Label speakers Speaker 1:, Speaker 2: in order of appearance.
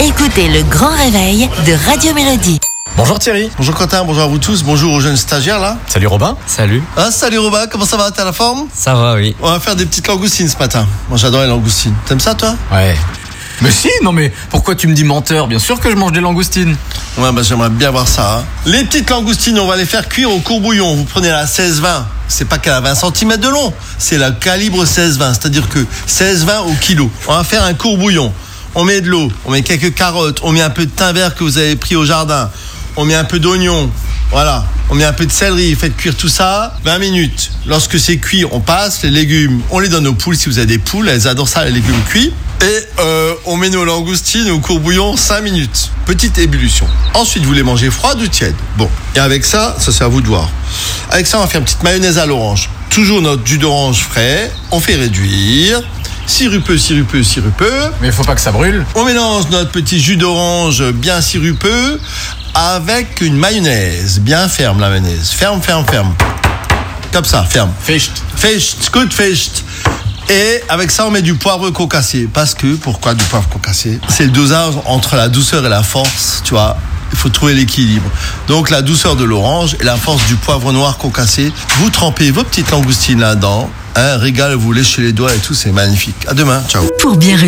Speaker 1: écoutez le grand réveil de Radio Mélodie.
Speaker 2: Bonjour Thierry.
Speaker 3: Bonjour Quentin, bonjour à vous tous, bonjour aux jeunes stagiaires là.
Speaker 2: Salut Robin.
Speaker 4: Salut,
Speaker 3: Ah, salut Robin, comment ça va T'as la forme
Speaker 4: ça va, oui.
Speaker 3: On va faire des petites langoustines ce matin. Moi j'adore les langoustines. T'aimes ça toi
Speaker 4: Ouais. Mais si, non mais pourquoi tu me dis menteur Bien sûr que je mange des langoustines.
Speaker 3: Ouais, bah j'aimerais bien voir ça. hein. Les petites langoustines, on va les faire cuire au courbouillon. Vous prenez la 16-20. C'est pas qu'elle a 20 cm de long, c'est la calibre 16-20, c'est-à-dire que 16-20 au kilo. On va faire un courbouillon. On met de l'eau, on met quelques carottes, on met un peu de thym vert que vous avez pris au jardin, on met un peu d'oignon, voilà, on met un peu de céleri, faites cuire tout ça 20 minutes. Lorsque c'est cuit, on passe les légumes, on les donne aux poules si vous avez des poules, elles adorent ça les légumes cuits. Et euh, on met nos langoustines au courbouillon 5 minutes. Petite ébullition. Ensuite, vous les mangez froides ou tièdes Bon. Et avec ça, ça c'est à vous de voir. Avec ça, on va faire une petite mayonnaise à l'orange. Toujours notre jus d'orange frais. On fait réduire. Sirupeux, sirupeux, sirupeux.
Speaker 4: Mais faut pas que ça brûle.
Speaker 3: On mélange notre petit jus d'orange bien sirupeux avec une mayonnaise. Bien ferme la mayonnaise. Ferme, ferme, ferme. Comme ça, ferme.
Speaker 4: Ficht.
Speaker 3: Fecht, good fecht. Et avec ça, on met du poivre concassé. Parce que, pourquoi du poivre concassé C'est le dosage entre la douceur et la force, tu vois. Il faut trouver l'équilibre. Donc, la douceur de l'orange et la force du poivre noir concassé. Vous trempez vos petites langoustines là-dedans. Hein, régale, vous léchez les doigts et tout, c'est magnifique. À demain, ciao.
Speaker 1: Pour bien